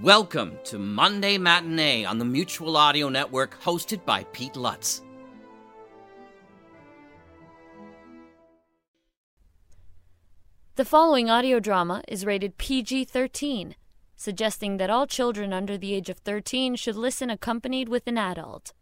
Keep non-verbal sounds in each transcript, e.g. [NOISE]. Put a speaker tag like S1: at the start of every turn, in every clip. S1: Welcome to Monday Matinee on the Mutual Audio Network, hosted by Pete Lutz.
S2: The following audio drama is rated PG 13, suggesting that all children under the age of 13 should listen accompanied with an adult.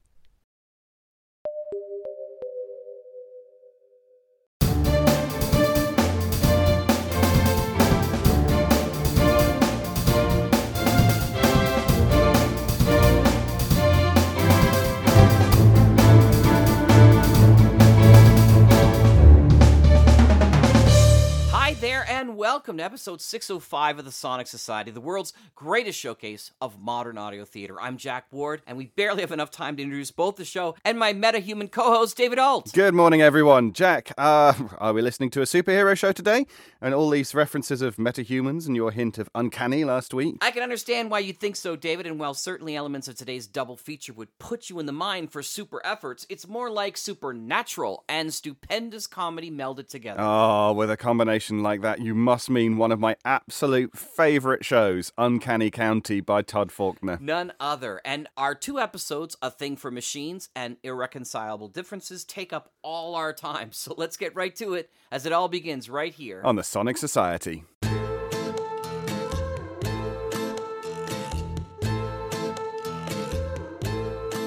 S1: Hi there, and welcome to episode 605 of the Sonic Society, the world's greatest showcase of modern audio theater. I'm Jack Ward, and we barely have enough time to introduce both the show and my meta-human co-host, David Alt.
S3: Good morning, everyone. Jack, uh, are we listening to a superhero show today? And all these references of metahumans and your hint of uncanny last week?
S1: I can understand why you think so, David, and while certainly elements of today's double feature would put you in the mind for super efforts, it's more like supernatural and stupendous comedy melded together.
S3: Oh, with a combination like that, you must mean one of my absolute favourite shows, Uncanny County by Todd Faulkner.
S1: None other. And our two episodes, A Thing for Machines and Irreconcilable Differences, take up all our time. [LAUGHS] So let's get right to it as it all begins right here.
S3: On the Sonic Society.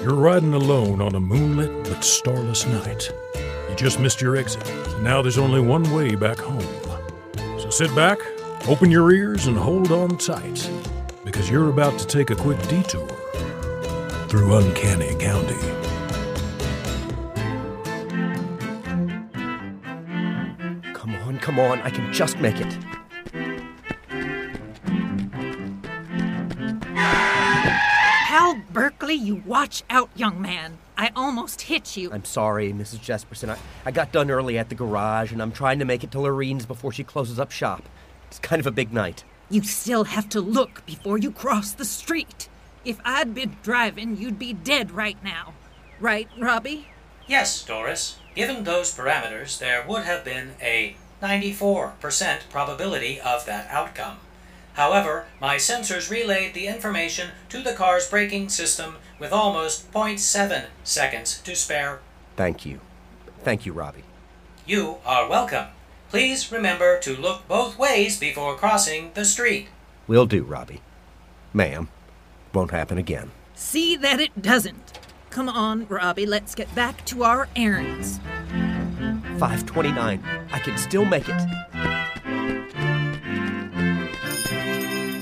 S4: You're riding alone on a moonlit but starless night. You just missed your exit. Now there's only one way back home. So sit back, open your ears, and hold on tight, because you're about to take a quick detour through Uncanny County.
S5: Come on, come on, I can just make it.
S6: Hal Berkeley, you watch out, young man. I almost hit you.
S5: I'm sorry, Mrs. Jesperson. I, I got done early at the garage, and I'm trying to make it to Lorene's before she closes up shop. It's kind of a big night.
S6: You still have to look before you cross the street. If I'd been driving, you'd be dead right now. Right, Robbie?
S7: Yes, Doris. Given those parameters, there would have been a 94% probability of that outcome. However, my sensors relayed the information to the car's braking system with almost 0.7 seconds to spare.
S5: Thank you. Thank you, Robbie.
S7: You are welcome. Please remember to look both ways before crossing the street.
S5: Will do, Robbie. Ma'am, won't happen again.
S6: See that it doesn't. Come on, Robbie, let's get back to our errands.
S5: 529. I can still make it.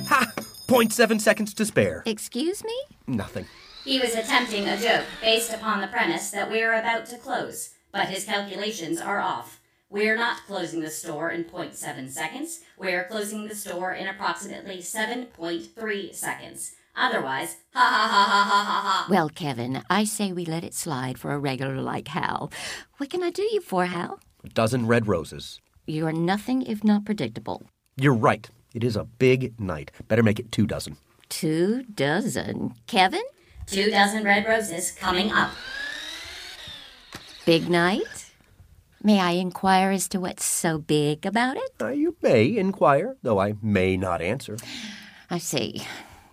S5: Ha! 0.7 seconds to spare.
S8: Excuse me?
S5: Nothing.
S9: He was attempting a joke based upon the premise that we're about to close, but his calculations are off. We're not closing the store in 0.7 seconds. We're closing the store in approximately 7.3 seconds. Otherwise, ha ha ha ha ha ha ha.
S8: Well, Kevin, I say we let it slide for a regular like Hal. What can I do you for, Hal?
S5: A dozen red roses.
S8: You are nothing if not predictable.
S5: You're right. It is a big night. Better make it two dozen.
S8: Two dozen. Kevin?
S9: Two dozen red roses coming up.
S8: Big night? May I inquire as to what's so big about it?
S5: Uh, you may inquire, though I may not answer.
S8: I see.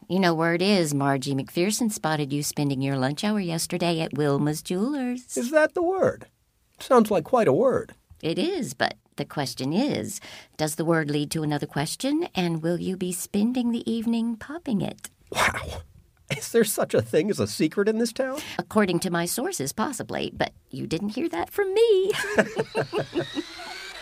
S8: You know, word is Margie McPherson spotted you spending your lunch hour yesterday at Wilma's Jewelers.
S5: Is that the word? Sounds like quite a word.
S8: It is, but the question is does the word lead to another question, and will you be spending the evening popping it?
S5: Wow. Is there such a thing as a secret in this town?
S8: According to my sources, possibly, but you didn't hear that from
S5: [LAUGHS]
S8: me.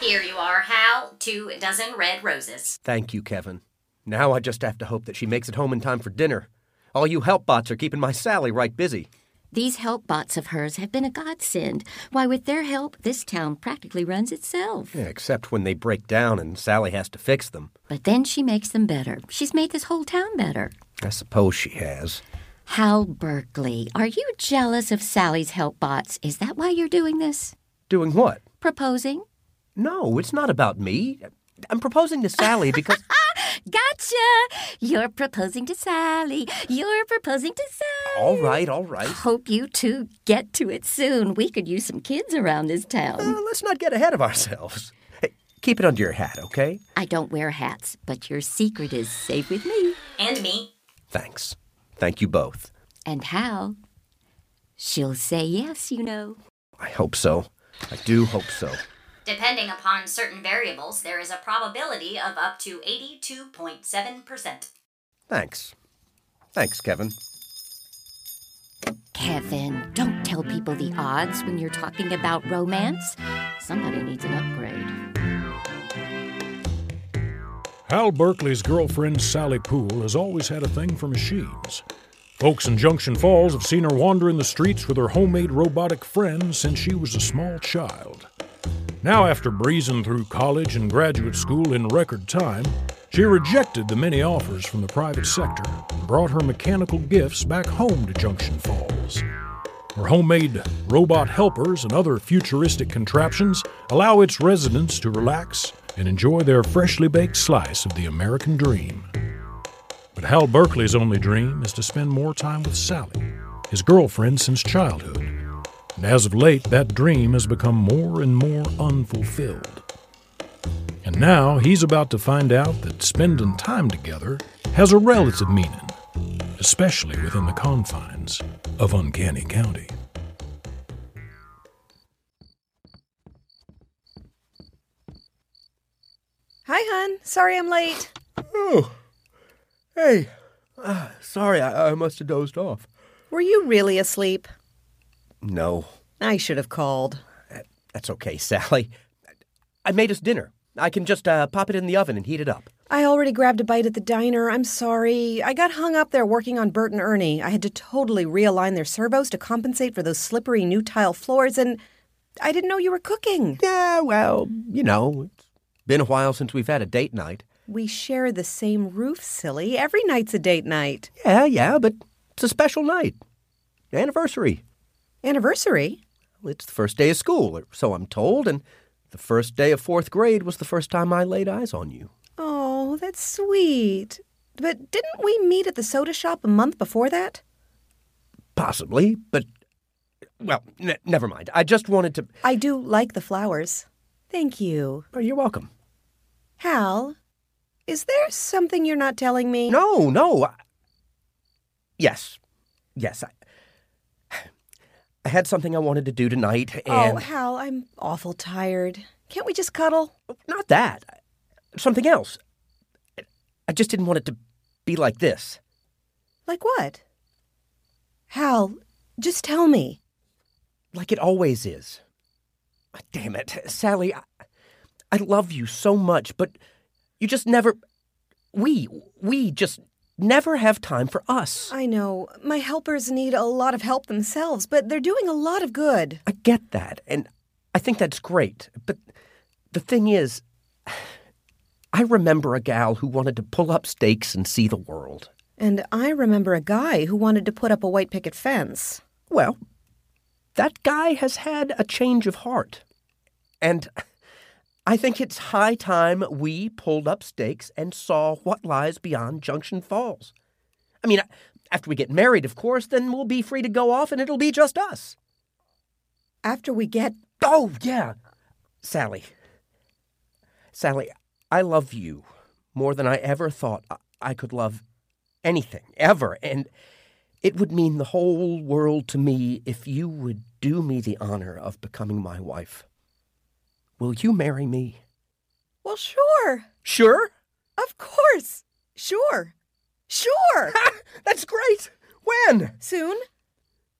S9: Here you are, Hal. Two dozen red roses.
S5: Thank you, Kevin. Now I just have to hope that she makes it home in time for dinner. All you help bots are keeping my Sally right busy.
S8: These help bots of hers have been a godsend. Why, with their help, this town practically runs itself.
S5: Yeah, except when they break down and Sally has to fix them.
S8: But then she makes them better. She's made this whole town better.
S5: I suppose she has.
S8: Hal Berkeley, are you jealous of Sally's help bots? Is that why you're doing this?
S5: Doing what?
S8: Proposing?
S5: No, it's not about me. I'm proposing to Sally because.
S8: Gotcha! You're proposing to Sally. You're proposing to Sally.
S5: all right, all right.
S8: Hope you two get to it soon. We could use some kids around this town.
S5: Uh, let's not get ahead of ourselves. Hey, keep it under your hat, okay?
S8: I don't wear hats, but your secret is safe with me.
S9: And me.
S5: Thanks. Thank you both.
S8: And how? She'll say yes, you know.
S5: I hope so. I do hope so.
S9: Depending upon certain variables, there is a probability of up to 82.7%.
S5: Thanks. Thanks, Kevin.
S8: Kevin, don't tell people the odds when you're talking about romance. Somebody needs an upgrade.
S4: Hal Berkeley's girlfriend, Sally Poole, has always had a thing for machines. Folks in Junction Falls have seen her wandering the streets with her homemade robotic friend since she was a small child. Now, after breezing through college and graduate school in record time, she rejected the many offers from the private sector and brought her mechanical gifts back home to Junction Falls. Her homemade robot helpers and other futuristic contraptions allow its residents to relax and enjoy their freshly baked slice of the American dream. But Hal Berkeley's only dream is to spend more time with Sally, his girlfriend since childhood. And as of late, that dream has become more and more unfulfilled. And now he's about to find out that spending time together has a relative meaning, especially within the confines of Uncanny County.
S10: Hi, hon. Sorry I'm late.
S5: Oh, hey. Ah, sorry, I, I must have dozed off.
S10: Were you really asleep?
S5: No,
S10: I should have called.
S5: that's okay, Sally. I made us dinner. I can just uh, pop it in the oven and heat it up.
S10: I already grabbed a bite at the diner. I'm sorry. I got hung up there working on Bert and Ernie. I had to totally realign their servos to compensate for those slippery new tile floors, and I didn't know you were cooking.
S5: Yeah, well, you know, it's been a while since we've had a date night.
S10: We share the same roof, silly. Every night's a date night.
S5: Yeah, Uh, yeah, but it's a special night. Anniversary.
S10: Anniversary?
S5: It's the first day of school, or so I'm told, and the first day of fourth grade was the first time I laid eyes on you.
S10: Oh, that's sweet. But didn't we meet at the soda shop a month before that?
S5: Possibly, but. Well, ne- never mind. I just wanted to.
S10: I do like the flowers. Thank you.
S5: Oh, you're welcome.
S10: Hal, is there something you're not telling me?
S5: No, no. I... Yes. Yes. I... I had something I wanted to do tonight,
S10: Oh,
S5: and.
S10: Hal, I'm awful tired. Can't we just cuddle?
S5: Not that. Something else. I just didn't want it to be like this.
S10: Like what? Hal, just tell me.
S5: Like it always is. Ah, Damn it. Sally, I, I love you so much, but you just never. We, we just never have time for us.
S10: I know. My helpers need a lot of help themselves, but they're doing a lot of good.
S5: I get that, and I think that's great. But the thing is, [SIGHS] I remember a gal who wanted to pull up stakes and see the world.
S10: And I remember a guy who wanted to put up a white picket fence.
S5: Well, that guy has had a change of heart. And I think it's high time we pulled up stakes and saw what lies beyond Junction Falls. I mean, after we get married, of course, then we'll be free to go off and it'll be just us.
S10: After we get.
S5: Oh, yeah. Sally. Sally, I love you more than I ever thought I could love anything, ever. And it would mean the whole world to me if you would do me the honor of becoming my wife. Will you marry me?
S10: Well, sure.
S5: Sure?
S10: Of course. Sure. Sure.
S5: Ha! [LAUGHS] That's great. When?
S10: Soon.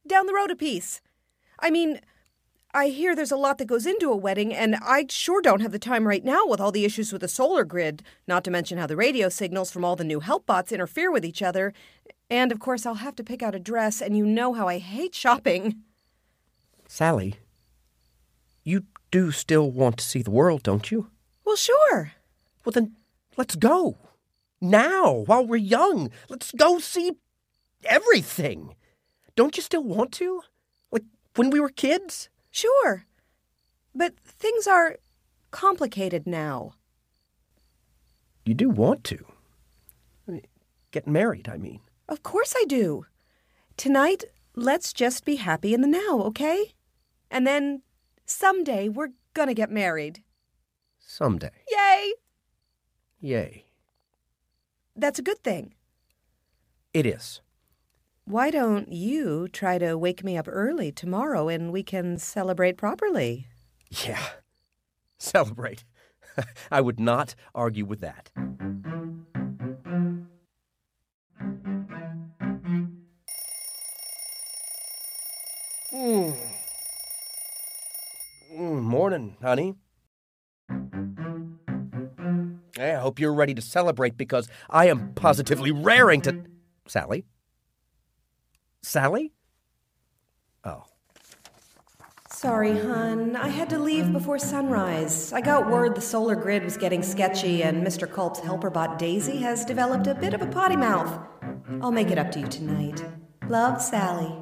S10: Down the road a piece. I mean, I hear there's a lot that goes into a wedding, and I sure don't have the time right now with all the issues with the solar grid, not to mention how the radio signals from all the new help bots interfere with each other. And of course, I'll have to pick out a dress, and you know how I hate shopping.
S5: Sally, you do still want to see the world, don't you?
S10: Well, sure.
S5: Well, then let's go. Now, while we're young, let's go see everything. Don't you still want to? Like when we were kids?
S10: Sure. But things are complicated now.
S5: You do want to. Get married, I mean.
S10: Of course I do. Tonight, let's just be happy in the now, okay? And then someday we're gonna get married.
S5: Someday.
S10: Yay!
S5: Yay.
S10: That's a good thing.
S5: It is.
S10: Why don't you try to wake me up early tomorrow and we can celebrate properly?
S5: Yeah. [LAUGHS] Celebrate. [LAUGHS] I would not argue with that. Mm. Mm, Morning, honey. Hey, I hope you're ready to celebrate because I am positively raring to. Sally? Sally? Oh.
S10: Sorry, hun. I had to leave before sunrise. I got word the solar grid was getting sketchy, and Mr. Culp's helper bot Daisy has developed a bit of a potty mouth. I'll make it up to you tonight. Love, Sally.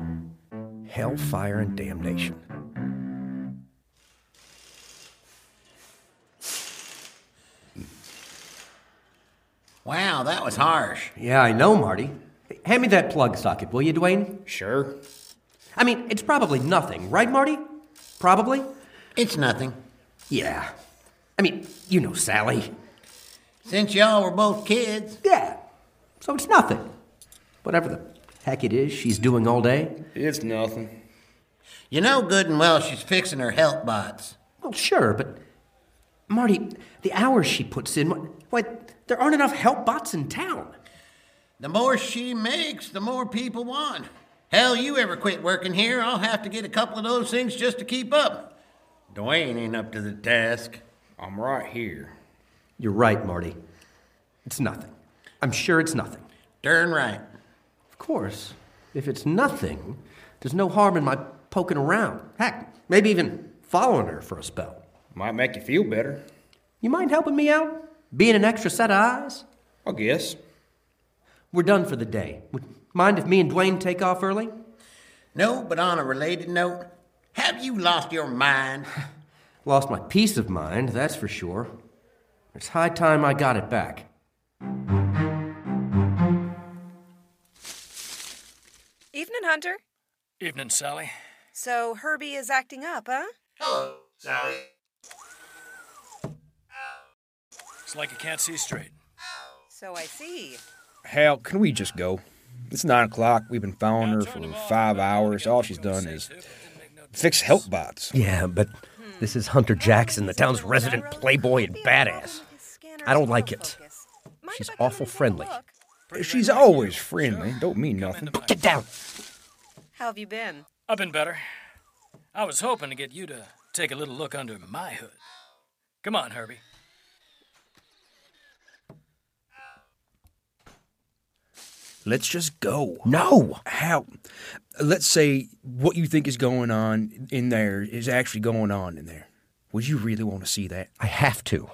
S5: Hellfire and damnation.
S11: Wow, that was harsh.
S5: Yeah, I know, Marty. Hand me that plug socket, will you, Dwayne?
S11: Sure.
S5: I mean, it's probably nothing, right, Marty? Probably?
S11: It's nothing.
S5: Yeah. I mean, you know Sally.
S11: Since y'all were both kids.
S5: Yeah. So it's nothing. Whatever the heck it is she's doing all day.
S12: It's nothing.
S11: You know good and well she's fixing her help bots.
S5: Well, sure, but Marty, the hours she puts in, why, there aren't enough help bots in town.
S11: The more she makes, the more people want. Hell, you ever quit working here, I'll have to get a couple of those things just to keep up. Dwayne ain't up to the task.
S12: I'm right here.
S5: You're right, Marty. It's nothing. I'm sure it's nothing.
S11: Darn right.
S5: Of course, if it's nothing, there's no harm in my poking around. Heck, maybe even following her for a spell.
S12: Might make you feel better.
S5: You mind helping me out? Being an extra set of eyes?
S12: I guess.
S5: We're done for the day. Would mind if me and Dwayne take off early?
S11: No, but on a related note, have you lost your mind?
S5: Lost my peace of mind, that's for sure. It's high time I got it back.
S10: Evening, Hunter.
S13: Evening, Sally.
S10: So Herbie is acting up, huh?
S11: Hello, Sally.
S13: It's like you can't see straight.
S10: So I see.
S12: Hal, can we just go? It's nine o'clock. We've been following her for five hours. All she's done is fix help bots.
S5: Yeah, but this is Hunter Jackson, the town's resident playboy and badass. I don't like it. She's awful friendly.
S12: She's always friendly. Don't mean nothing.
S5: Get down.
S10: How have you been?
S13: I've been better. I was hoping to get you to take a little look under my hood. Come on, Herbie.
S12: Let's just go.
S5: No.
S12: How? Let's say what you think is going on in there is actually going on in there. Would you really want to see that?
S5: I have to.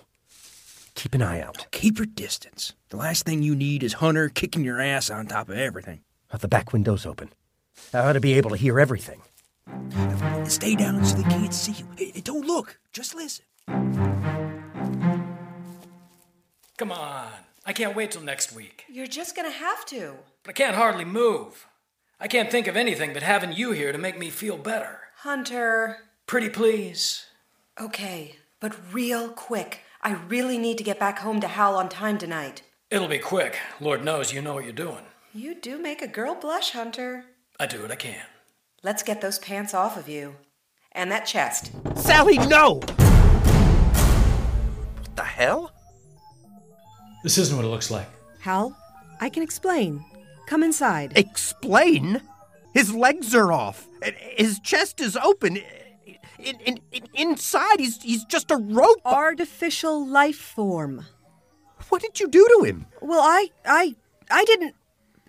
S5: Keep an eye out.
S12: Keep your distance. The last thing you need is Hunter kicking your ass on top of everything.
S5: The back window's open. I ought to be able to hear everything.
S12: Stay down so they can't see you. Hey, don't look. Just listen.
S13: Come on. I can't wait till next week.
S10: You're just gonna have to.
S13: But I can't hardly move. I can't think of anything but having you here to make me feel better.
S10: Hunter.
S13: Pretty please.
S10: Okay, but real quick. I really need to get back home to Hal on time tonight.
S13: It'll be quick. Lord knows you know what you're doing.
S10: You do make a girl blush, Hunter.
S13: I do what I can.
S10: Let's get those pants off of you. And that chest.
S5: Sally, no! What the hell?
S13: This isn't what it looks like.
S10: Hal, I can explain. Come inside.
S5: Explain? His legs are off. His chest is open. In, in, in, inside, he's, he's just a rope.
S10: Oh, Artificial life form.
S5: What did you do to him?
S10: Well, I, I, I didn't,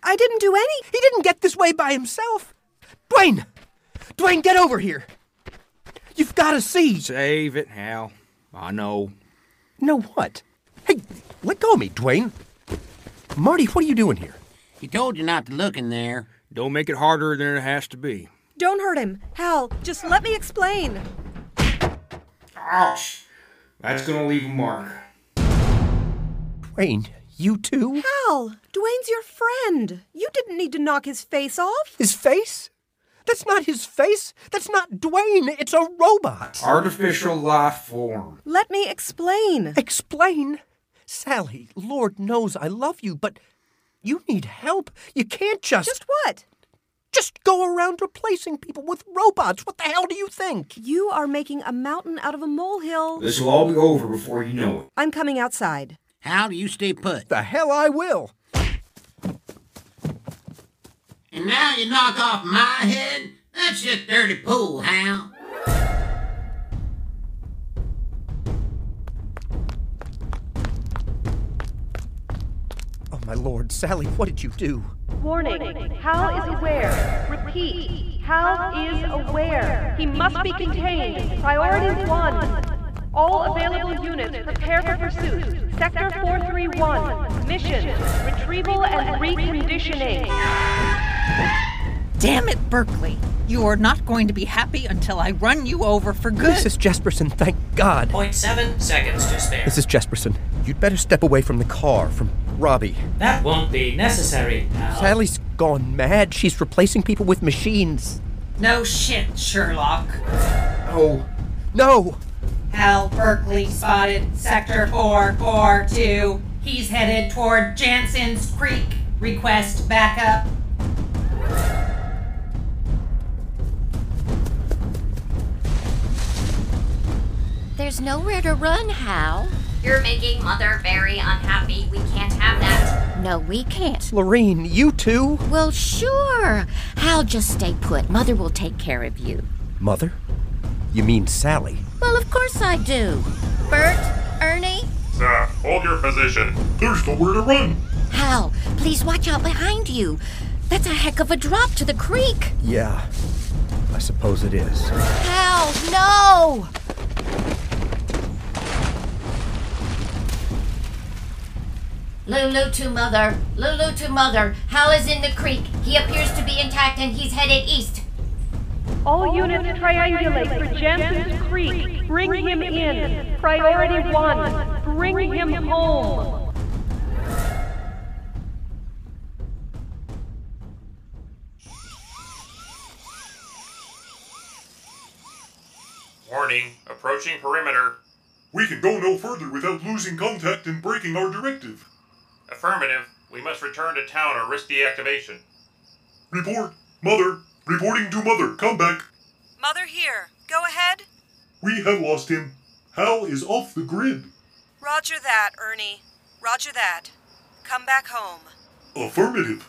S10: I didn't do any.
S5: He didn't get this way by himself. Dwayne, Dwayne, get over here. You've got to see.
S12: Save it, Hal. I know.
S5: Know what? Hey, let go of me, Dwayne. Marty, what are you doing here?
S11: He told you not to look in there.
S12: Don't make it harder than it has to be.
S10: Don't hurt him. Hal, just let me explain.
S12: Ouch. That's gonna leave a mark.
S5: Dwayne, you too?
S10: Hal, Dwayne's your friend. You didn't need to knock his face off.
S5: His face? That's not his face. That's not Dwayne. It's a robot.
S12: Artificial life form.
S10: Let me explain.
S5: Explain? Sally, Lord knows I love you, but You need help. You can't just.
S14: Just what?
S5: Just go around replacing people with robots. What the hell do you think?
S14: You are making a mountain out of a molehill.
S15: This will all be over before you know it.
S14: I'm coming outside.
S11: How do you stay put?
S5: The hell I will.
S11: And now you knock off my head? That's just dirty pool, Hal.
S5: Oh, my lord, Sally, what did you do?
S16: Warning. Hal is aware. Repeat. Hal is aware. He must be contained. Priority one. All available units prepare for pursuit. Sector 431. Mission. Retrieval and reconditioning.
S6: Damn it, Berkeley. You are not going to be happy until I run you over for good.
S5: This is Jesperson, thank God.
S7: Point seven seconds to spare.
S5: This is Jesperson. You'd better step away from the car, from Robbie.
S7: That won't be necessary, pal.
S5: Sally's gone mad. She's replacing people with machines.
S6: No shit, Sherlock.
S5: Oh. No!
S6: Hal Berkeley spotted Sector 442. He's headed toward Jansen's Creek. Request backup.
S8: There's nowhere to run, Hal.
S17: You're making Mother very unhappy. We can't have that.
S8: No, we can't.
S5: Lorene, you too?
S8: Well, sure. Hal, just stay put. Mother will take care of you.
S5: Mother? You mean Sally?
S8: Well, of course I do. Bert, Ernie?
S18: Zach, hold your position. There's nowhere to run.
S8: Hal, please watch out behind you. That's a heck of a drop to the creek.
S5: Yeah, I suppose it is.
S8: Hal, no!
S17: Lulu to Mother. Lulu to Mother. Hal is in the creek. He appears to be intact and he's headed east.
S16: All units triangulate for Jensen's Creek. Bring him in. Priority one. Bring him home.
S18: Warning, approaching perimeter.
S19: We can go no further without losing contact and breaking our directive.
S18: Affirmative. We must return to town or risk deactivation.
S19: Report. Mother. Reporting to Mother. Come back.
S20: Mother here. Go ahead.
S19: We have lost him. Hal is off the grid.
S20: Roger that, Ernie. Roger that. Come back home.
S19: Affirmative.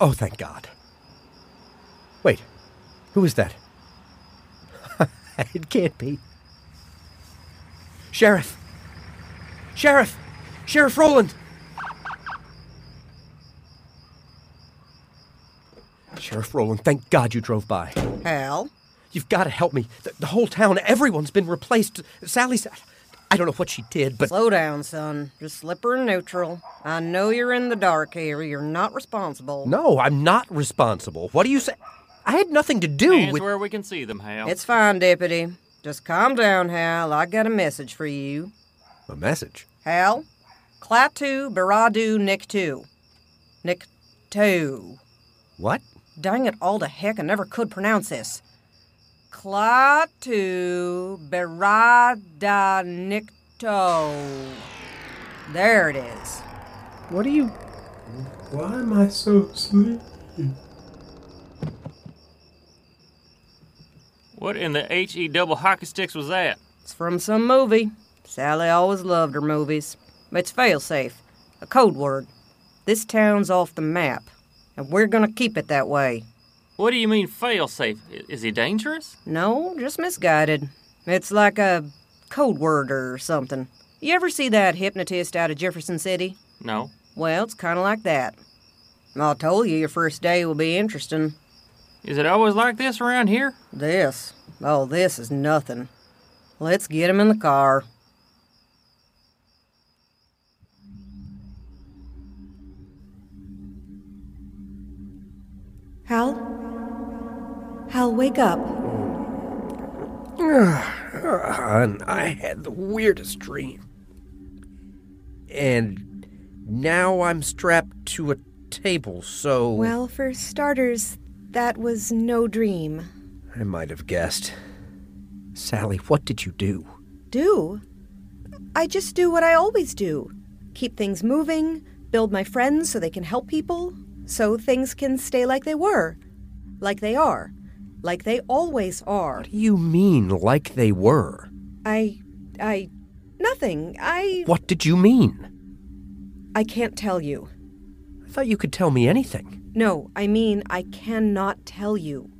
S5: Oh, thank God. Wait. Who is that? [LAUGHS] it can't be. Sheriff! Sheriff! Sheriff Roland! Sheriff Roland, thank God you drove by.
S14: Hal?
S5: You've got to help me. The, the whole town, everyone's been replaced. Sally's. I don't know what she did, but.
S10: Slow down, son. Just slip her in neutral. I know you're in the dark here. You're not responsible.
S5: No, I'm not responsible. What do you say? I had nothing to do
S21: Hands
S5: with.
S21: where we can see them, Hal.
S10: It's fine, Deputy. Just calm down, Hal. I got a message for you.
S5: A message?
S10: Hal, Klaatu Baradu Niktu. Niktu.
S5: What?
S10: Dang it all to heck, I never could pronounce this. Klaatu Barada Nikto. There it is.
S22: What are you. Why am I so sleepy?
S21: What in the HE double hockey sticks was that?
S10: It's from some movie. Sally always loved her movies. It's failsafe, a code word. This town's off the map, and we're gonna keep it that way.
S21: What do you mean failsafe? I- Is he dangerous?
S10: No, just misguided. It's like a code word or something. You ever see that hypnotist out of Jefferson City?
S21: No.
S10: Well, it's kind of like that. I told you your first day will be interesting.
S21: Is it always like this around here?
S10: This? Oh, this is nothing. Let's get him in the car.
S14: Hal? Hal, wake up.
S5: and I had the weirdest dream. And now I'm strapped to a table, so.
S14: Well, for starters, that was no dream.
S5: I might have guessed. Sally, what did you do?
S14: Do?
S10: I just do what I always do keep things moving, build my friends so they can help people, so things can stay like they were, like they are, like they always are.
S5: You mean like they were?
S10: I. I. Nothing. I.
S5: What did you mean?
S10: I can't tell you.
S5: I thought you could tell me anything.
S10: No, I mean, I cannot tell you.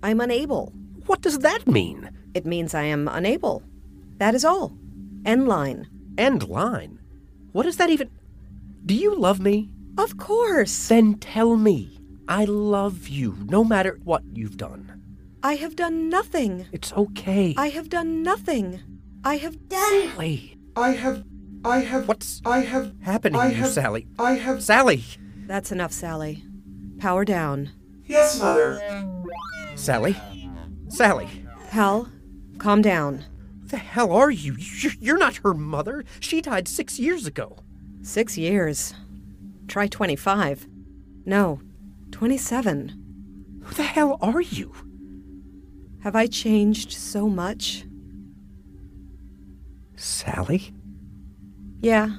S10: I'm unable.
S5: What does that mean?
S10: It means I am unable. That is all. End line.
S5: End line? What does that even. Do you love me?
S10: Of course.
S5: Then tell me. I love you, no matter what you've done.
S10: I have done nothing.
S5: It's okay.
S10: I have done nothing. I have done.
S5: Sally.
S23: I have. I have.
S5: What's.
S23: I have.
S5: Happening
S23: I
S5: to you,
S23: have-
S5: Sally.
S23: I have.
S5: Sally!
S10: That's enough, Sally. Power down.
S23: Yes, Mother.
S5: Sally? Sally!
S10: Hal, calm down.
S5: The hell are you? You- You're not her mother. She died six years ago.
S10: Six years. Try 25. No, 27.
S5: Who the hell are you?
S10: Have I changed so much?
S5: Sally?
S10: Yeah,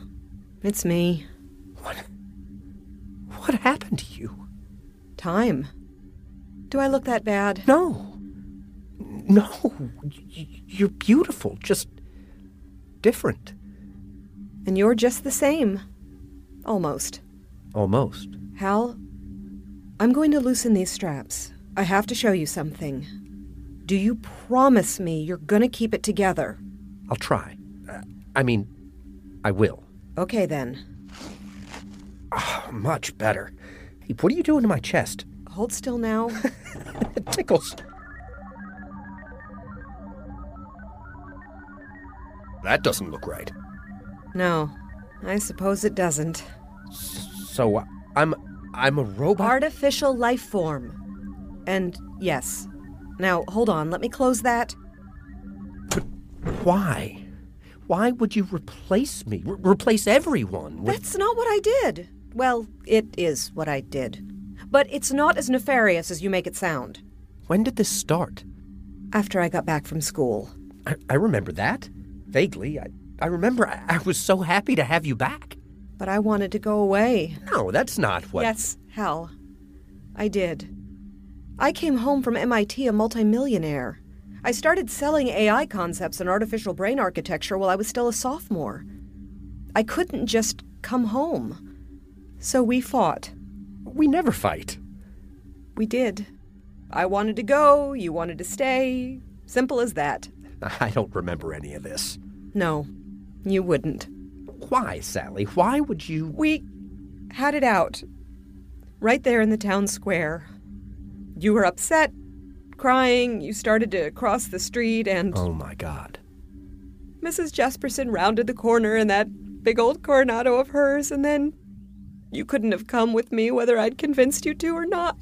S10: it's me.
S5: What? What happened to you?
S10: Time. Do I look that bad?
S5: No. No. Y- y- You're beautiful, just different.
S10: And you're just the same. Almost.
S5: Almost.
S10: Hal, I'm going to loosen these straps. I have to show you something. Do you promise me you're gonna keep it together?
S5: I'll try. Uh, I mean, I will.
S10: Okay then.
S5: Oh, much better. Hey, What are you doing to my chest?
S10: Hold still
S5: [LAUGHS]
S10: now.
S5: It tickles. That doesn't look right.
S10: no, I suppose it doesn't.
S5: So uh, I'm I'm a robot.
S10: Artificial life form. And yes. Now, hold on, let me close that.
S5: Why? Why would you replace me? Re- replace everyone with
S10: That's not what I did. Well, it is what I did. But it's not as nefarious as you make it sound.
S5: When did this start?
S10: After I got back from school.
S5: I, I remember that. Vaguely. I, I remember I, I was so happy to have you back.
S10: But I wanted to go away.
S5: No, that's not what.
S10: Yes, hell. I did. I came home from MIT a multimillionaire. I started selling AI concepts and artificial brain architecture while I was still a sophomore. I couldn't just come home. So we fought.
S5: We never fight.
S10: We did. I wanted to go, you wanted to stay. Simple as that.
S5: I don't remember any of this.
S10: No, you wouldn't.
S5: Why, Sally? Why would you.
S10: We had it out. Right there in the town square. You were upset, crying, you started to cross the street, and
S5: Oh my god.
S10: Mrs. Jesperson rounded the corner in that big old Coronado of hers, and then you couldn't have come with me whether I'd convinced you to or not.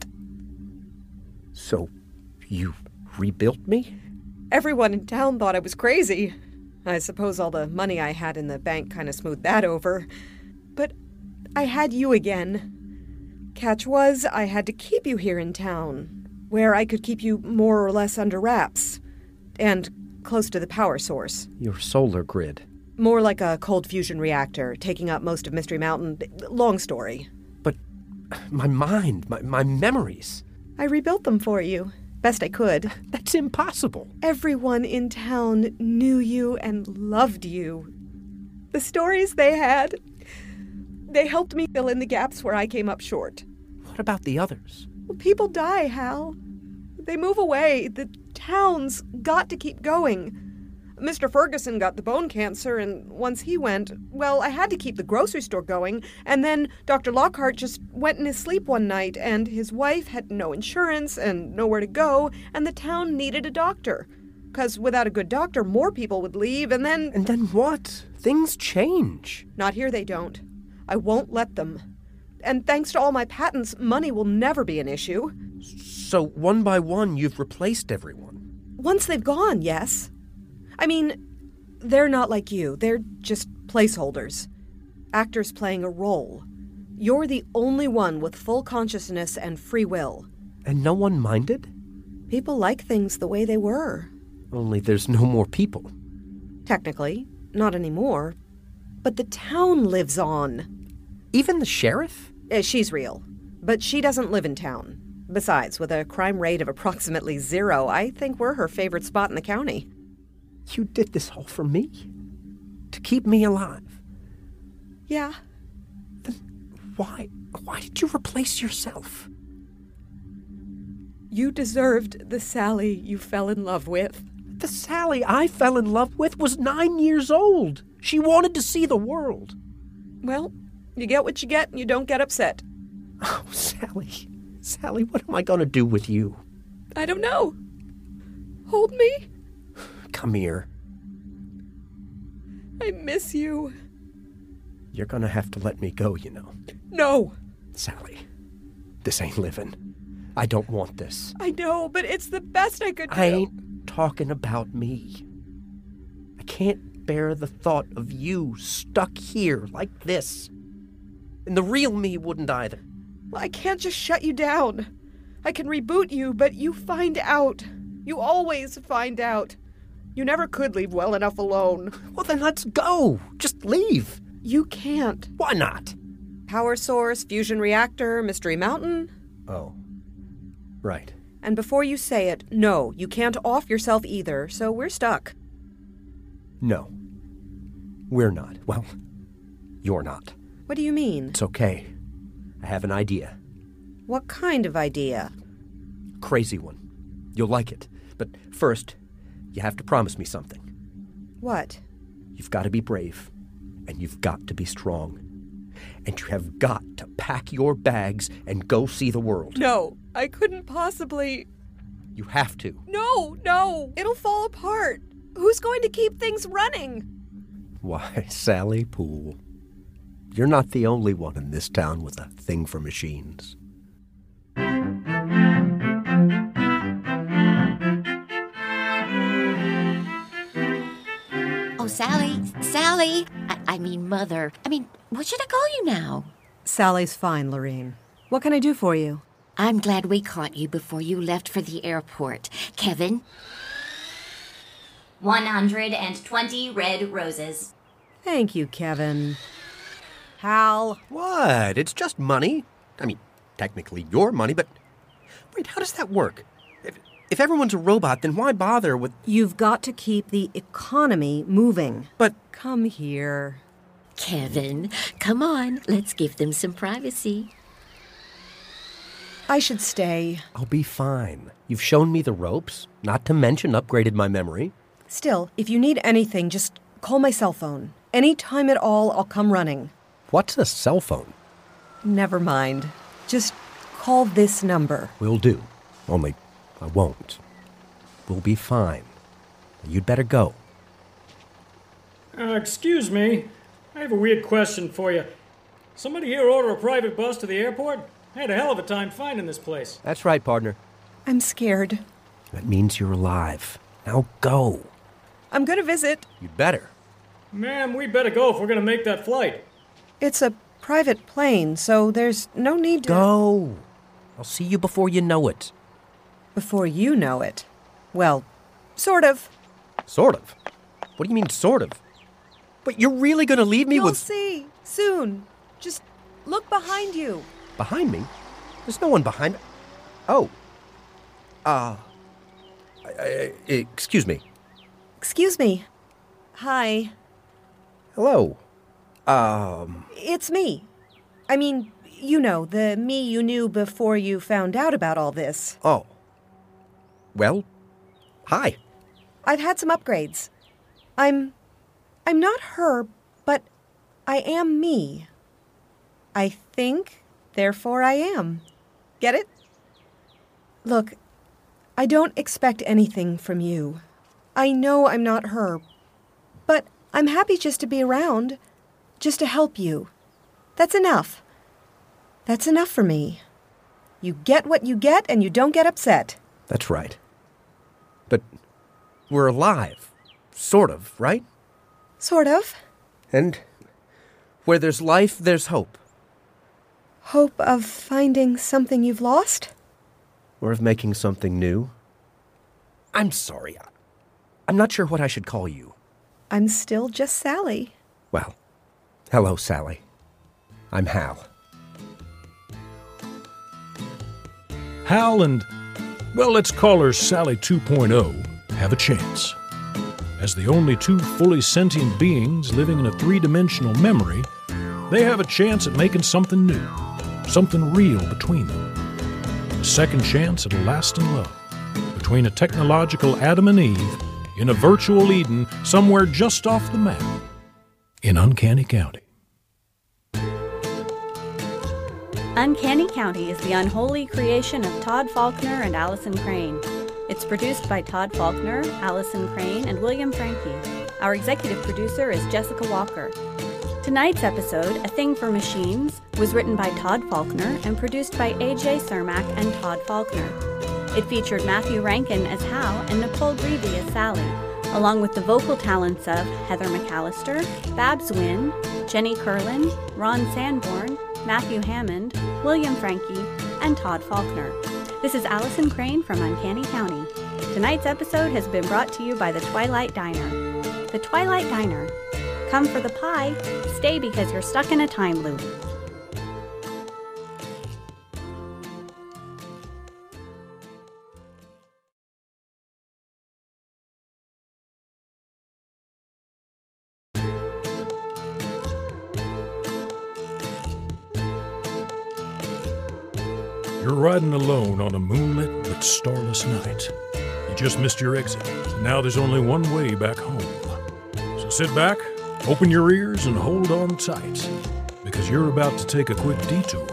S5: So you rebuilt me?
S10: Everyone in town thought I was crazy. I suppose all the money I had in the bank kind of smoothed that over. But I had you again. Catch was, I had to keep you here in town, where I could keep you more or less under wraps and close to the power source.
S5: Your solar grid.
S10: More like a cold fusion reactor, taking up most of Mystery Mountain. Long story.
S5: But my mind, my, my memories.
S10: I rebuilt them for you, best I could.
S5: That's impossible.
S10: Everyone in town knew you and loved you. The stories they had, they helped me fill in the gaps where I came up short.
S5: What about the others?
S10: People die, Hal. They move away. The town's got to keep going. Mr. Ferguson got the bone cancer, and once he went, well, I had to keep the grocery store going. And then Dr. Lockhart just went in his sleep one night, and his wife had no insurance and nowhere to go, and the town needed a doctor. Because without a good doctor, more people would leave, and then.
S5: And then what? Things change.
S10: Not here, they don't. I won't let them. And thanks to all my patents, money will never be an issue.
S5: So one by one, you've replaced everyone.
S10: Once they've gone, yes. I mean, they're not like you. They're just placeholders, actors playing a role. You're the only one with full consciousness and free will.
S5: And no one minded?
S10: People like things the way they were,
S5: Only there's no more people.
S10: technically. Not anymore. But the town lives on.
S5: Even the sheriff?
S10: Uh, she's real. But she doesn't live in town. Besides, with a crime rate of approximately zero, I think we're her favorite spot in the county.
S5: You did this all for me? To keep me alive?
S10: Yeah.
S5: Why? Why did you replace yourself?
S10: You deserved the Sally you fell in love with.
S5: The Sally I fell in love with was nine years old. She wanted to see the world.
S10: Well, you get what you get and you don't get upset.
S5: [LAUGHS] Oh, Sally. Sally, what am I going to do with you?
S10: I don't know. Hold me.
S5: Come here.
S10: I miss you.
S5: You're going to have to let me go, you know.
S10: No,
S5: Sally, this ain't living. I don't want this.
S10: I know, but it's the best I could do.
S5: I ain't talking about me. I can't bear the thought of you stuck here like this. And the real me wouldn't either.
S10: Well, I can't just shut you down. I can reboot you, but you find out. You always find out. You never could leave well enough alone.
S5: Well, then let's go. Just leave.
S10: You can't.
S5: Why not?
S10: Power source, fusion reactor, Mystery Mountain.
S5: Oh. Right.
S10: And before you say it, no, you can't off yourself either, so we're stuck.
S5: No. We're not. Well, you're not.
S10: What do you mean?
S5: It's okay. I have an idea.
S10: What kind of idea?
S5: Crazy one. You'll like it. But first, you have to promise me something.
S10: What?
S5: You've got to be brave, and you've got to be strong. And you have got to pack your bags and go see the world.
S10: No, I couldn't possibly.
S5: You have to.
S10: No, no, it'll fall apart. Who's going to keep things running?
S5: Why, Sally Poole, you're not the only one in this town with a thing for machines.
S8: Oh, Sally, Sally. I, I mean, mother. I mean, what should I call you now?
S24: Sally's fine, Lorene. What can I do for you?
S8: I'm glad we caught you before you left for the airport. Kevin,
S9: 120 red roses.
S24: Thank you, Kevin. Hal,
S5: What? It's just money. I mean, technically your money, but wait, how does that work? If, if everyone's a robot, then why bother with.
S24: you've got to keep the economy moving.
S5: But
S24: come here.
S8: Kevin, come on. Let's give them some privacy.
S10: I should stay.
S5: I'll be fine. You've shown me the ropes, not to mention upgraded my memory.
S10: Still, if you need anything, just call my cell phone. Any time at all, I'll come running.
S5: What's a cell phone?
S10: Never mind. Just call this number.
S5: Will do. Only, I won't. We'll be fine. You'd better go.
S13: Uh, excuse me. I have a weird question for you. Somebody here order a private bus to the airport? I had a hell of a time finding this place.
S5: That's right, partner.
S10: I'm scared.
S5: That means you're alive. Now go.
S10: I'm gonna visit.
S5: You'd better.
S13: Ma'am, we better go if we're gonna make that flight.
S10: It's a private plane, so there's no need to.
S5: Go. I'll see you before you know it.
S10: Before you know it. Well, sort of.
S5: Sort of. What do you mean, sort of? But you're really going to leave me
S10: You'll
S5: with.
S10: see soon. Just look behind you.
S5: Behind me? There's no one behind me. Oh. Uh. I, I, excuse me.
S10: Excuse me. Hi.
S5: Hello. Um.
S10: It's me. I mean, you know, the me you knew before you found out about all this.
S5: Oh. Well. Hi.
S10: I've had some upgrades. I'm. I'm not her, but I am me. I think, therefore I am. Get it? Look, I don't expect anything from you. I know I'm not her, but I'm happy just to be around, just to help you. That's enough. That's enough for me. You get what you get, and you don't get upset.
S5: That's right. But we're alive. Sort of, right?
S10: Sort of.
S5: And where there's life, there's hope.
S10: Hope of finding something you've lost?
S5: Or of making something new. I'm sorry. I- I'm not sure what I should call you.
S10: I'm still just Sally.
S5: Well, hello, Sally. I'm Hal.
S4: Hal and, well, let's call her Sally 2.0, have a chance. As the only two fully sentient beings living in a three dimensional memory, they have a chance at making something new, something real between them. A second chance at a lasting love between a technological Adam and Eve in a virtual Eden somewhere just off the map in Uncanny County.
S25: Uncanny County is the unholy creation of Todd Faulkner and Allison Crane. It's produced by Todd Faulkner, Allison Crane, and William Frankie. Our executive producer is Jessica Walker. Tonight's episode, A Thing for Machines, was written by Todd Faulkner and produced by AJ Cermak and Todd Faulkner. It featured Matthew Rankin as Hal and Nicole Greevy as Sally, along with the vocal talents of Heather McAllister, Babs Wynn, Jenny Curlin, Ron Sanborn, Matthew Hammond, William Frankie, and Todd Faulkner. This is Allison Crane from Uncanny County. Tonight's episode has been brought to you by the Twilight Diner. The Twilight Diner. Come for the pie, stay because you're stuck in a time loop.
S4: You're riding alone on a moonlit but starless night. You just missed your exit, and now there's only one way back home. So sit back, open your ears, and hold on tight, because you're about to take a quick detour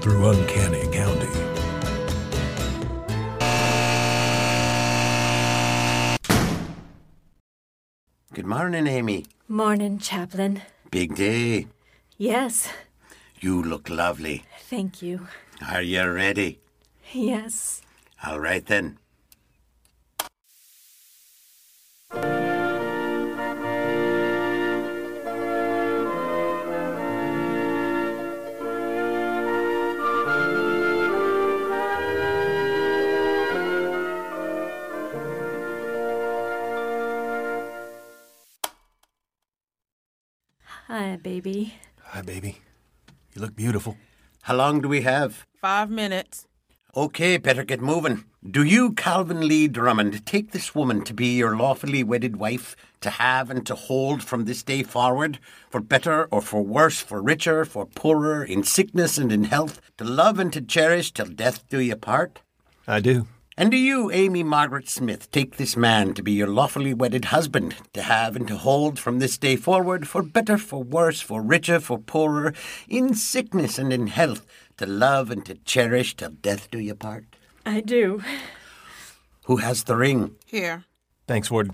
S4: through Uncanny County.
S11: Good morning, Amy.
S25: Morning, Chaplain.
S11: Big day.
S25: Yes,
S11: You look lovely.
S25: thank you.
S11: Are you ready?
S25: Yes.
S11: All right then.
S25: Hi, baby.
S11: Hi, baby. You look beautiful. How long do we have?
S26: Five minutes.
S11: Okay, better get moving. Do you, Calvin Lee Drummond, take this woman to be your lawfully wedded wife, to have and to hold from this day forward, for better or for worse, for richer, for poorer, in sickness and in health, to love and to cherish till death do you part?
S27: I do.
S11: And do you, Amy Margaret Smith, take this man to be your lawfully wedded husband, to have and to hold from this day forward, for better, for worse, for richer, for poorer, in sickness and in health, to love and to cherish till death do you part?
S25: I do.
S11: Who has the ring?
S26: Here.
S27: Thanks, Ward.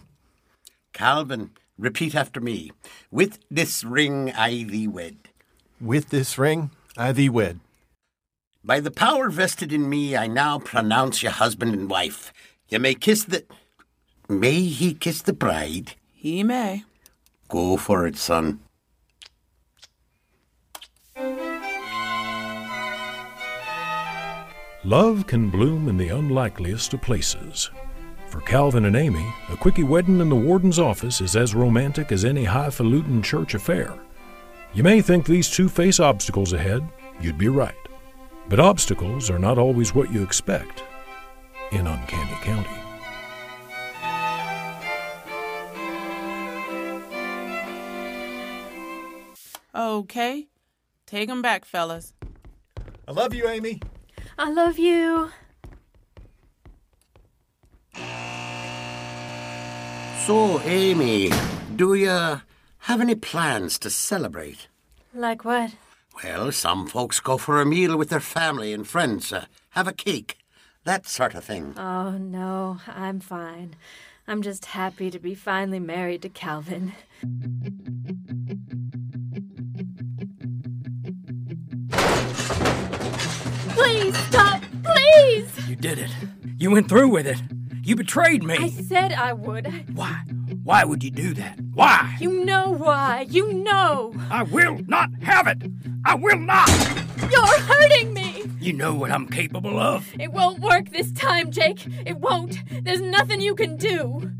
S11: Calvin, repeat after me. With this ring I thee wed.
S27: With this ring, I thee wed.
S11: By the power vested in me, I now pronounce you husband and wife. You may kiss the. May he kiss the bride.
S26: He may.
S11: Go for it, son.
S4: Love can bloom in the unlikeliest of places. For Calvin and Amy, a quickie wedding in the warden's office is as romantic as any highfalutin church affair. You may think these two face obstacles ahead, you'd be right. But obstacles are not always what you expect in Uncanny County.
S26: Okay. Take him back, fellas.
S27: I love you, Amy.
S25: I love you.
S11: So, Amy, do you have any plans to celebrate?
S25: Like what?
S11: Well, some folks go for a meal with their family and friends, uh, have a cake, that sort of thing.
S25: Oh, no, I'm fine. I'm just happy to be finally married to Calvin. Please stop! Please!
S28: You did it. You went through with it. You betrayed
S25: I
S28: me.
S25: said I would.
S28: Why? Why would you do that? Why?
S25: You know why. You know.
S28: I will not have it. I will not.
S25: You're hurting me!
S28: You know what I'm capable of.
S25: It won't work this time, Jake. It won't. There's nothing you can do.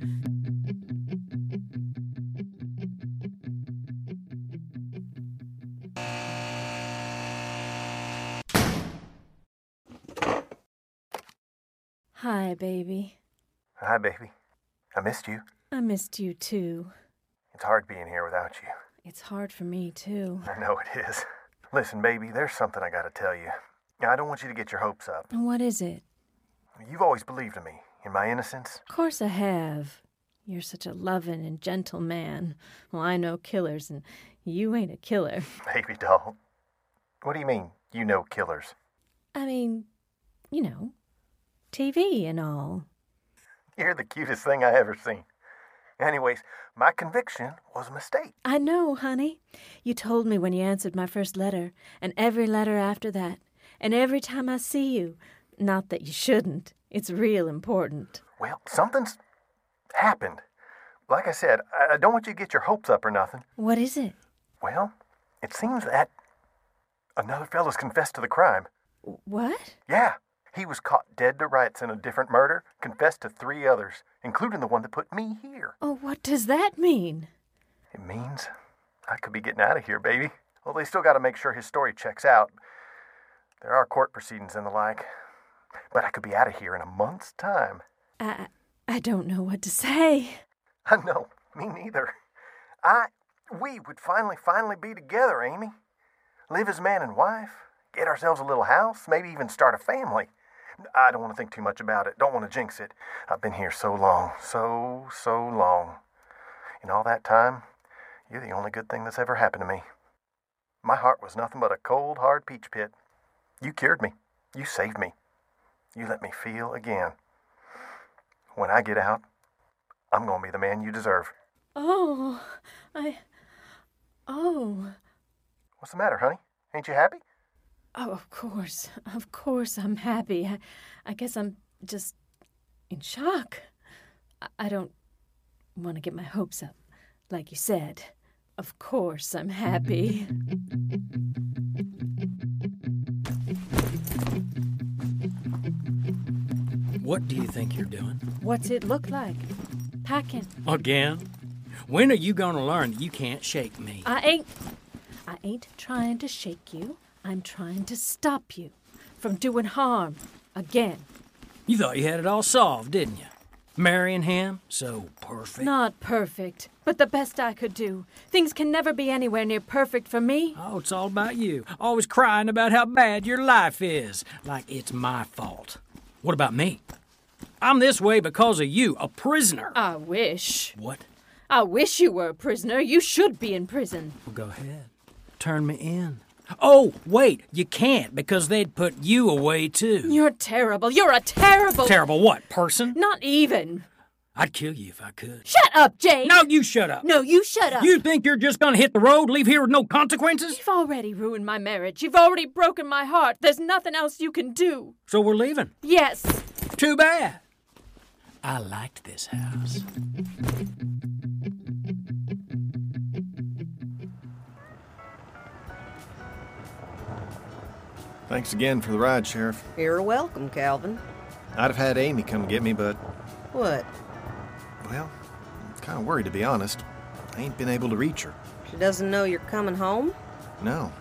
S29: Hi, baby.
S27: Hi, baby. I missed you.
S29: I missed you too.
S27: It's hard being here without you.
S29: It's hard for me too.
S27: I know it is. Listen, baby, there's something I gotta tell you. I don't want you to get your hopes up.
S29: What is it?
S27: You've always believed in me, in my innocence. [LAUGHS]
S29: Of course I have. You're such a lovin' and gentle man. Well, I know killers, and you ain't a killer.
S27: Baby doll. What do you mean, you know killers?
S29: I mean, you know, TV and all.
S27: You're the cutest thing I ever seen. Anyways, my conviction was a mistake.
S29: I know, honey. You told me when you answered my first letter, and every letter after that, and every time I see you. Not that you shouldn't, it's real important.
S27: Well, something's happened. Like I said, I I don't want you to get your hopes up or nothing.
S29: What is it?
S27: Well, it seems that another fella's confessed to the crime.
S29: What?
S27: Yeah, he was caught dead to rights in a different murder, confessed to three others, including the one that put me here.
S29: Oh, what does that mean?
S27: It means I could be getting out of here, baby. Well, they still got to make sure his story checks out. There are court proceedings and the like. But I could be out of here in a month's time.
S29: I I don't know what to say.
S27: [LAUGHS] I know, me neither. I, we would finally, finally be together, Amy. Live as man and wife, get ourselves a little house, maybe even start a family. I don't want to think too much about it. Don't want to jinx it. I've been here so long, so, so long. In all that time, you're the only good thing that's ever happened to me. My heart was nothing but a cold, hard peach pit. You cured me. You saved me. You let me feel again. When I get out, I'm going to be the man you deserve.
S29: Oh, I. Oh.
S27: What's the matter, honey? Ain't you happy?
S29: Oh, of course. [LAUGHS] Of course I'm happy. I, I guess I'm just in shock. I, I don't want to get my hopes up. Like you said, of course I'm happy.
S28: What do you think you're doing?
S29: What's it look like? Packing.
S28: Again? When are you gonna learn that you can't shake me?
S29: I ain't. I ain't trying to shake you. I'm trying to stop you from doing harm again.
S28: You thought you had it all solved, didn't you? Marrying him? So perfect.
S29: Not perfect, but the best I could do. Things can never be anywhere near perfect for me.
S28: Oh, it's all about you. Always crying about how bad your life is. Like it's my fault. What about me? I'm this way because of you, a prisoner.
S29: I wish.
S28: What?
S29: I wish you were a prisoner. You should be in prison.
S28: Well, go ahead. Turn me in. Oh, wait, you can't because they'd put you away too.
S29: You're terrible. You're a terrible.
S28: Terrible what, person?
S29: Not even.
S28: I'd kill you if I could.
S29: Shut up, Jake.
S28: No, you shut up.
S29: No, you shut up.
S28: You think you're just gonna hit the road, leave here with no consequences?
S29: You've already ruined my marriage. You've already broken my heart. There's nothing else you can do.
S28: So we're leaving.
S29: Yes.
S28: Too bad. I liked this house.
S30: Thanks again for the ride, Sheriff.
S10: You're welcome, Calvin.
S30: I'd have had Amy come get me, but,
S10: What?
S30: well, I'm kind of worried to be honest. I ain't been able to reach her.
S10: She doesn't know you're coming home?
S30: No.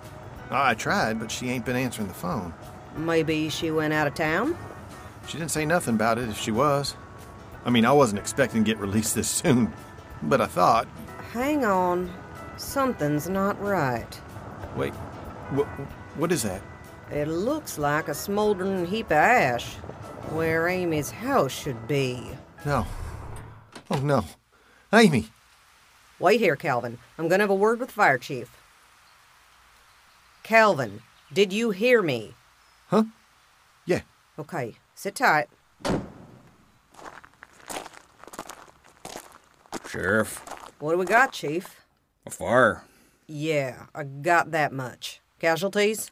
S30: I tried, but she ain't been answering the phone.
S10: Maybe she went out of town?
S30: She didn't say nothing about it if she was. I mean, I wasn't expecting to get [LAUGHS] released this soon, but I thought.
S10: Hang on. Something's not right.
S30: Wait, wh- what is that?
S10: It looks like a smoldering heap of ash where Amy's house should be.
S30: No. Oh, no. Amy!
S10: Wait here, Calvin. I'm going to have a word with the fire chief. Calvin, did you hear me?
S30: Huh? Yeah.
S10: Okay, sit tight.
S12: Sheriff,
S10: What do we got, Chief?
S12: a fire.
S10: Yeah, I got that much. Casualties?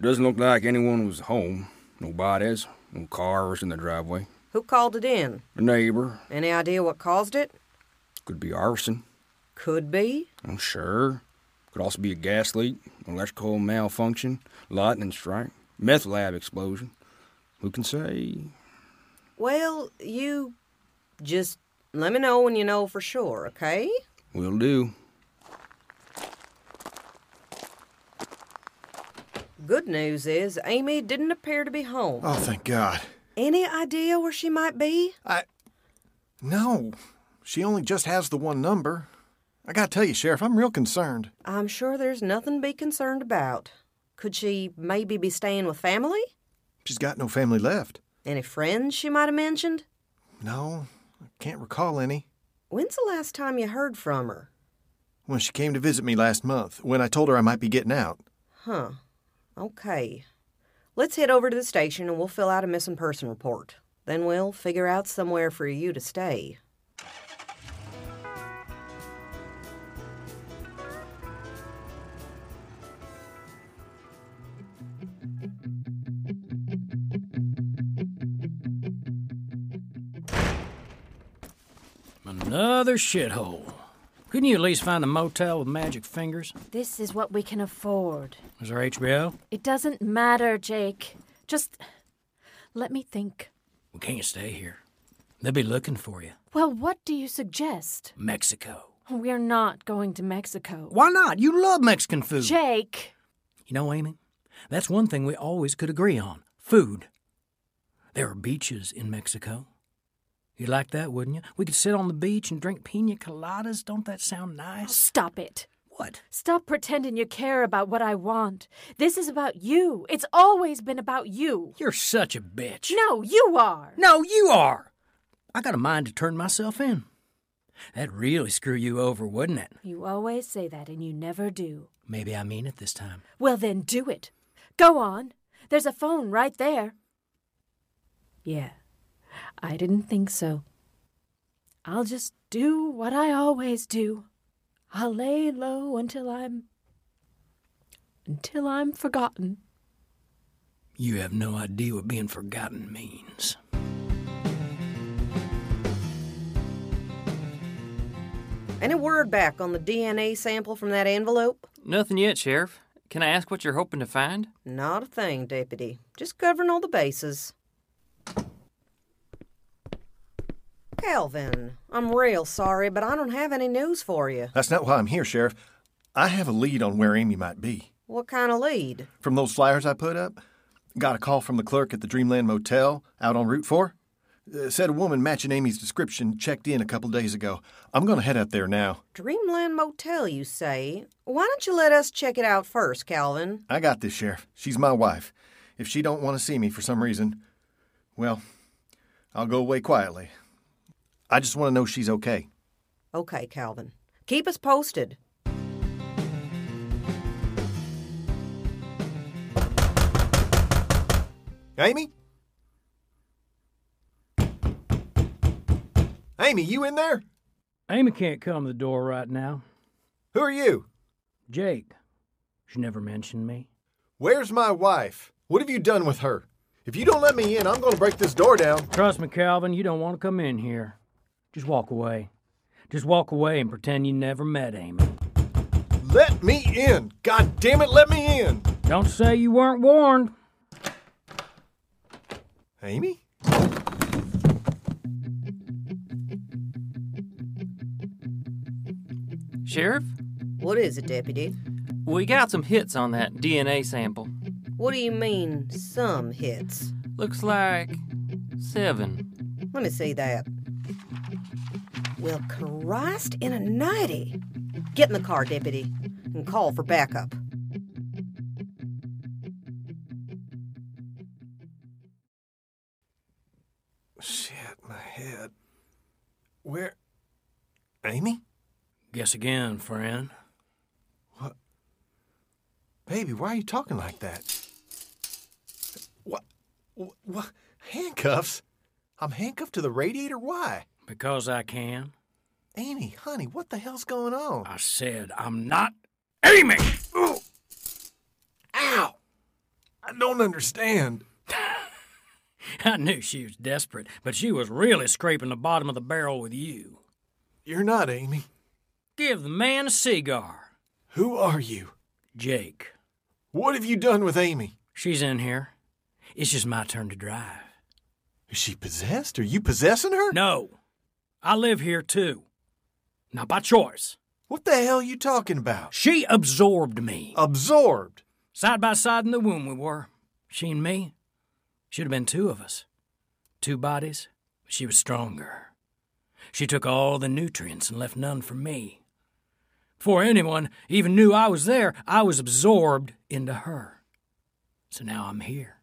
S12: Doesn't look like anyone was home. No bodies, no cars in the driveway.
S10: Who called it in?
S12: A neighbor
S10: Any idea what caused it?
S12: could be arson.
S10: Could be.
S12: I'm sure. Could also be a gas leak, electrical malfunction, lightning strike, meth lab explosion. Who can say?
S10: Well, you just let me know when you know for sure, okay?
S12: Will do.
S10: Good news is Amy didn't appear to be home.
S30: Oh, thank God.
S10: Any idea where she might be?
S27: I. No, she only just has the one number. I gotta tell you, Sheriff, I'm real concerned.
S10: I'm sure there's nothing to be concerned about. Could she maybe be staying with family?
S27: She's got no family left.
S10: Any friends she might have mentioned?
S27: No, I can't recall any.
S10: When's the last time you heard from her?
S27: When she came to visit me last month, when I told her I might be getting out.
S10: Huh. Okay. Let's head over to the station and we'll fill out a missing person report. Then we'll figure out somewhere for you to stay.
S28: Another shithole. Couldn't you at least find a motel with magic fingers?
S29: This is what we can afford.
S28: Is there HBO?
S29: It doesn't matter, Jake. Just let me think.
S28: We can't stay here. They'll be looking for you.
S29: Well, what do you suggest?
S28: Mexico.
S29: We're not going to Mexico.
S28: Why not? You love Mexican food.
S29: Jake!
S28: You know, Amy, that's one thing we always could agree on food. There are beaches in Mexico. You'd like that, wouldn't you? We could sit on the beach and drink pina coladas. Don't that sound nice?
S29: Oh, Stop it.
S28: What?
S29: Stop pretending you care about what I want. This is about you. It's always been about you.
S28: You're such a bitch.
S29: No, you are.
S28: No, you are. I got a mind to turn myself in. That'd really screw you over, wouldn't it?
S29: You always say that and you never do.
S28: Maybe I mean it this time.
S29: Well, then do it. Go on. There's a phone right there. Yeah. I didn't think so. I'll just do what I always do. I'll lay low until I'm. until I'm forgotten.
S28: You have no idea what being forgotten means.
S10: Any word back on the DNA sample from that envelope?
S21: Nothing yet, Sheriff. Can I ask what you're hoping to find?
S10: Not a thing, Deputy. Just covering all the bases. Calvin, I'm real sorry, but I don't have any news for you.
S27: That's not why I'm here, Sheriff. I have a lead on where Amy might be.
S10: What kind of lead?
S27: From those flyers I put up? Got a call from the clerk at the Dreamland Motel out on Route 4. Uh, said a woman matching Amy's description checked in a couple days ago. I'm going to head out there now.
S10: Dreamland Motel, you say? Why don't you let us check it out first, Calvin?
S27: I got this, Sheriff. She's my wife. If she don't want to see me for some reason, well, I'll go away quietly. I just want to know she's okay.
S10: Okay, Calvin. Keep us posted.
S27: Amy? Amy, you in there?
S28: Amy can't come to the door right now.
S27: Who are you?
S28: Jake. She never mentioned me.
S27: Where's my wife? What have you done with her? If you don't let me in, I'm going to break this door down.
S28: Trust me, Calvin, you don't want to come in here. Just walk away. Just walk away and pretend you never met Amy.
S27: Let me in! God damn it, let me in!
S28: Don't say you weren't warned.
S27: Amy?
S21: Sheriff?
S10: What is it, Deputy?
S21: We got some hits on that DNA sample.
S10: What do you mean, some hits?
S21: Looks like seven.
S10: Let me see that. Well, Christ in a 90. Get in the car, deputy, and call for backup.
S27: Shit, my head. Where. Amy?
S28: Guess again, friend.
S27: What? Baby, why are you talking like that? What? What? Handcuffs? I'm handcuffed to the radiator? Why?
S28: Because I can.
S27: Amy, honey, what the hell's going on?
S28: I said I'm not Amy!
S27: Ooh. Ow! I don't understand.
S28: [LAUGHS] I knew she was desperate, but she was really scraping the bottom of the barrel with you.
S27: You're not Amy.
S28: Give the man a cigar.
S27: Who are you?
S28: Jake.
S27: What have you done with Amy?
S28: She's in here. It's just my turn to drive.
S27: Is she possessed? Are you possessing her?
S28: No. I live here too. Not by choice.
S27: What the hell are you talking about?
S28: She absorbed me.
S27: Absorbed?
S28: Side by side in the womb we were. She and me. Should have been two of us. Two bodies, but she was stronger. She took all the nutrients and left none for me. Before anyone even knew I was there, I was absorbed into her. So now I'm here,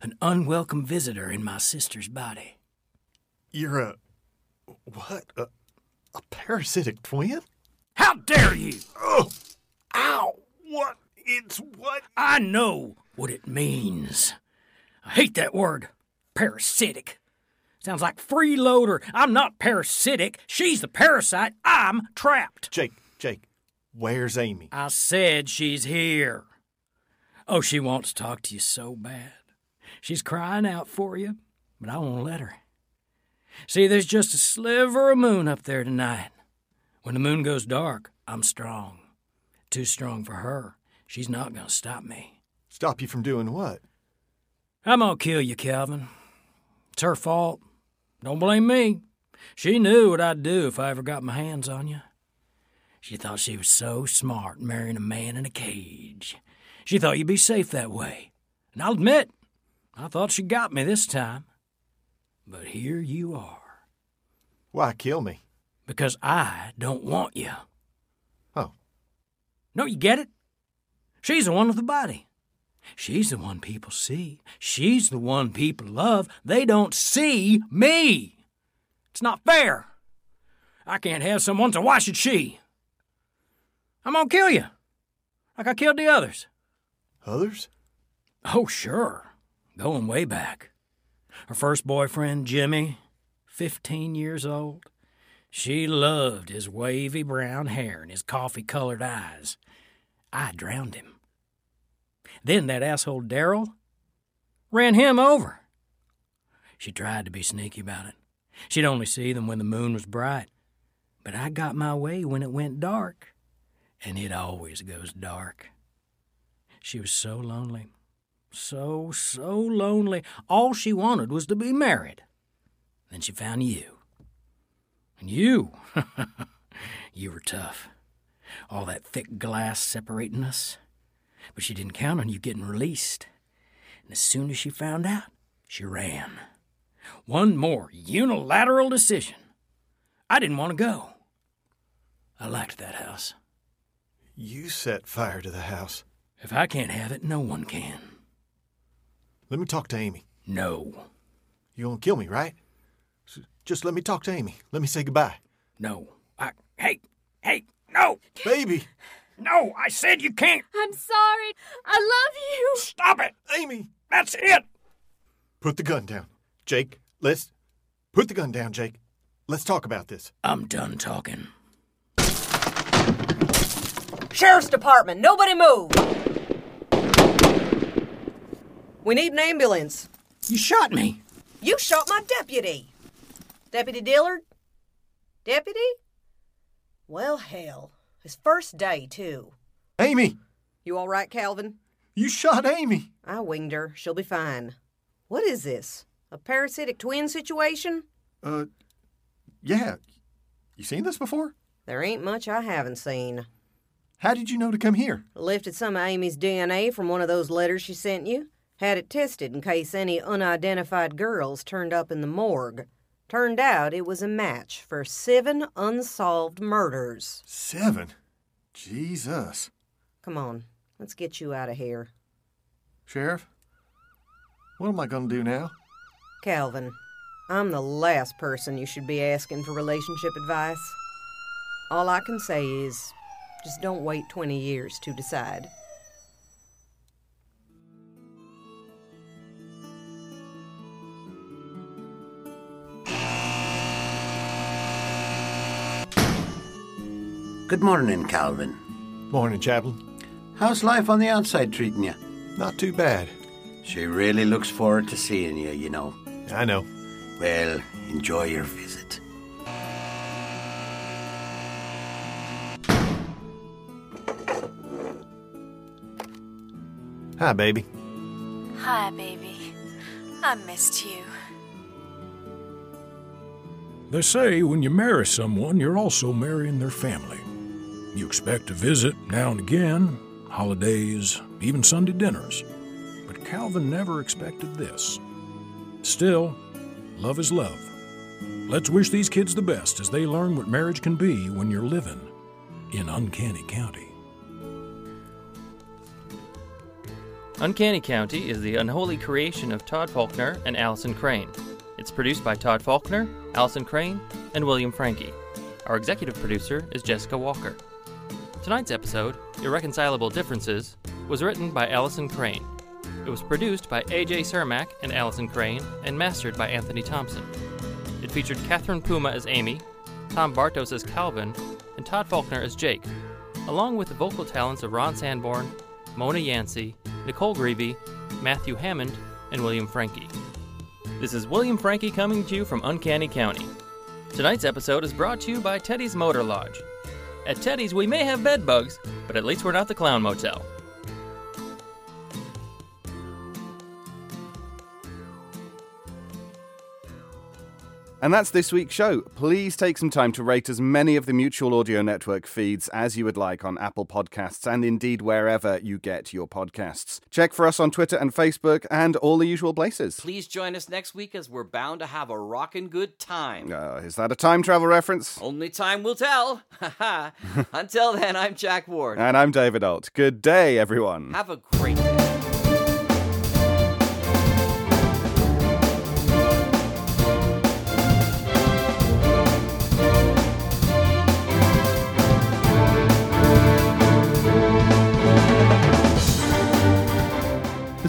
S28: an unwelcome visitor in my sister's body.
S27: You're a. What? A, a parasitic twin?
S28: How dare you!
S27: Oh! Ow! What? It's what?
S28: I know what it means. I hate that word, parasitic. Sounds like freeloader. I'm not parasitic. She's the parasite. I'm trapped.
S27: Jake, Jake, where's Amy?
S28: I said she's here. Oh, she wants to talk to you so bad. She's crying out for you, but I won't let her. See, there's just a sliver of moon up there tonight. When the moon goes dark, I'm strong. Too strong for her. She's not going to stop me.
S27: Stop you from doing what?
S28: I'm going to kill you, Calvin. It's her fault. Don't blame me. She knew what I'd do if I ever got my hands on you. She thought she was so smart marrying a man in a cage. She thought you'd be safe that way. And I'll admit, I thought she got me this time. But here you are.
S27: Why kill me?
S28: Because I don't want you.
S27: Oh.
S28: No, you get it? She's the one with the body. She's the one people see. She's the one people love. They don't see me. It's not fair. I can't have someone, so why should she? I'm gonna kill you. Like I killed the others.
S27: Others?
S28: Oh, sure. Going way back. Her first boyfriend, Jimmy, 15 years old. She loved his wavy brown hair and his coffee colored eyes. I drowned him. Then that asshole Daryl ran him over. She tried to be sneaky about it. She'd only see them when the moon was bright. But I got my way when it went dark. And it always goes dark. She was so lonely. So, so lonely. All she wanted was to be married. Then she found you. And you, [LAUGHS] you were tough. All that thick glass separating us but she didn't count on you getting released. And as soon as she found out, she ran. One more unilateral decision. I didn't want to go. I liked that house.
S27: You set fire to the house.
S28: If I can't have it, no one can.
S27: Let me talk to Amy.
S28: No.
S27: You won't kill me, right? Just let me talk to Amy. Let me say goodbye.
S28: No. I. Hey! Hey! No!
S27: Baby!
S28: No, I said you can't.
S31: I'm sorry. I love you.
S28: Stop it.
S27: Amy.
S28: That's it.
S27: Put the gun down. Jake, let's. Put the gun down, Jake. Let's talk about this.
S28: I'm done talking.
S10: Sheriff's Department, nobody move. We need an ambulance.
S28: You shot me.
S10: You shot my deputy. Deputy Dillard? Deputy? Well, hell. His first day, too.
S27: Amy!
S10: You all right, Calvin?
S27: You shot Amy!
S10: I winged her. She'll be fine. What is this? A parasitic twin situation?
S27: Uh, yeah. You seen this before?
S10: There ain't much I haven't seen.
S27: How did you know to come here?
S10: Lifted some of Amy's DNA from one of those letters she sent you. Had it tested in case any unidentified girls turned up in the morgue. Turned out it was a match for seven unsolved murders.
S27: Seven? Jesus.
S10: Come on, let's get you out of here.
S27: Sheriff, what am I going to do now?
S10: Calvin, I'm the last person you should be asking for relationship advice. All I can say is just don't wait 20 years to decide.
S11: Good morning, Calvin.
S27: Morning, Chaplain.
S11: How's life on the outside treating you?
S27: Not too bad.
S11: She really looks forward to seeing you, you know.
S27: I know.
S11: Well, enjoy your visit.
S27: Hi, baby.
S29: Hi, baby. I missed you.
S4: They say when you marry someone, you're also marrying their family. You expect to visit now and again, holidays, even Sunday dinners. But Calvin never expected this. Still, Love is love. Let's wish these kids the best as they learn what marriage can be when you're living in Uncanny County.
S21: Uncanny County is the unholy creation of Todd Faulkner and Allison Crane. It's produced by Todd Faulkner, Allison Crane, and William Frankie. Our executive producer is Jessica Walker. Tonight's episode, Irreconcilable Differences, was written by Allison Crane. It was produced by AJ Cermak and Allison Crane and mastered by Anthony Thompson. It featured Catherine Puma as Amy, Tom Bartos as Calvin, and Todd Faulkner as Jake, along with the vocal talents of Ron Sanborn, Mona Yancey, Nicole Greavy, Matthew Hammond, and William Frankie. This is William Frankie coming to you from Uncanny County. Tonight's episode is brought to you by Teddy's Motor Lodge. At Teddy's, we may have bed bugs, but at least we're not the Clown Motel.
S7: And that's this week's show. Please take some time to rate as many of the Mutual Audio Network feeds as you would like on Apple Podcasts and indeed wherever you get your podcasts. Check for us on Twitter and Facebook and all the usual places.
S1: Please join us next week as we're bound to have a rockin' good time.
S7: Uh, is that a time travel reference?
S1: Only time will tell. [LAUGHS]
S3: [LAUGHS]
S1: Ha ha. Until then, I'm Jack Ward.
S7: And I'm David Alt. Good day, everyone.
S1: Have a great day.
S16: The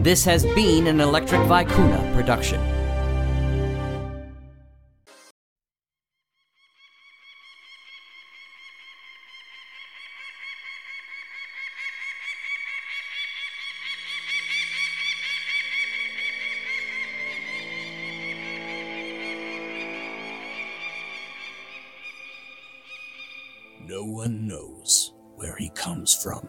S1: This has been an Electric Vicuna production.
S31: No one knows where he comes from.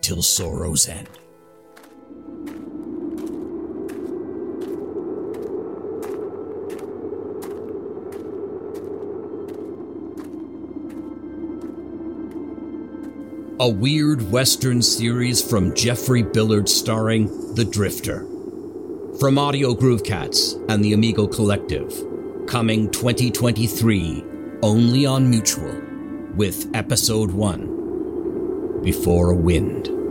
S31: till sorrow's end. A weird Western series from Jeffrey Billard starring The Drifter. From Audio Groove Cats and the Amigo Collective. Coming 2023, only on Mutual, with Episode 1 Before a Wind.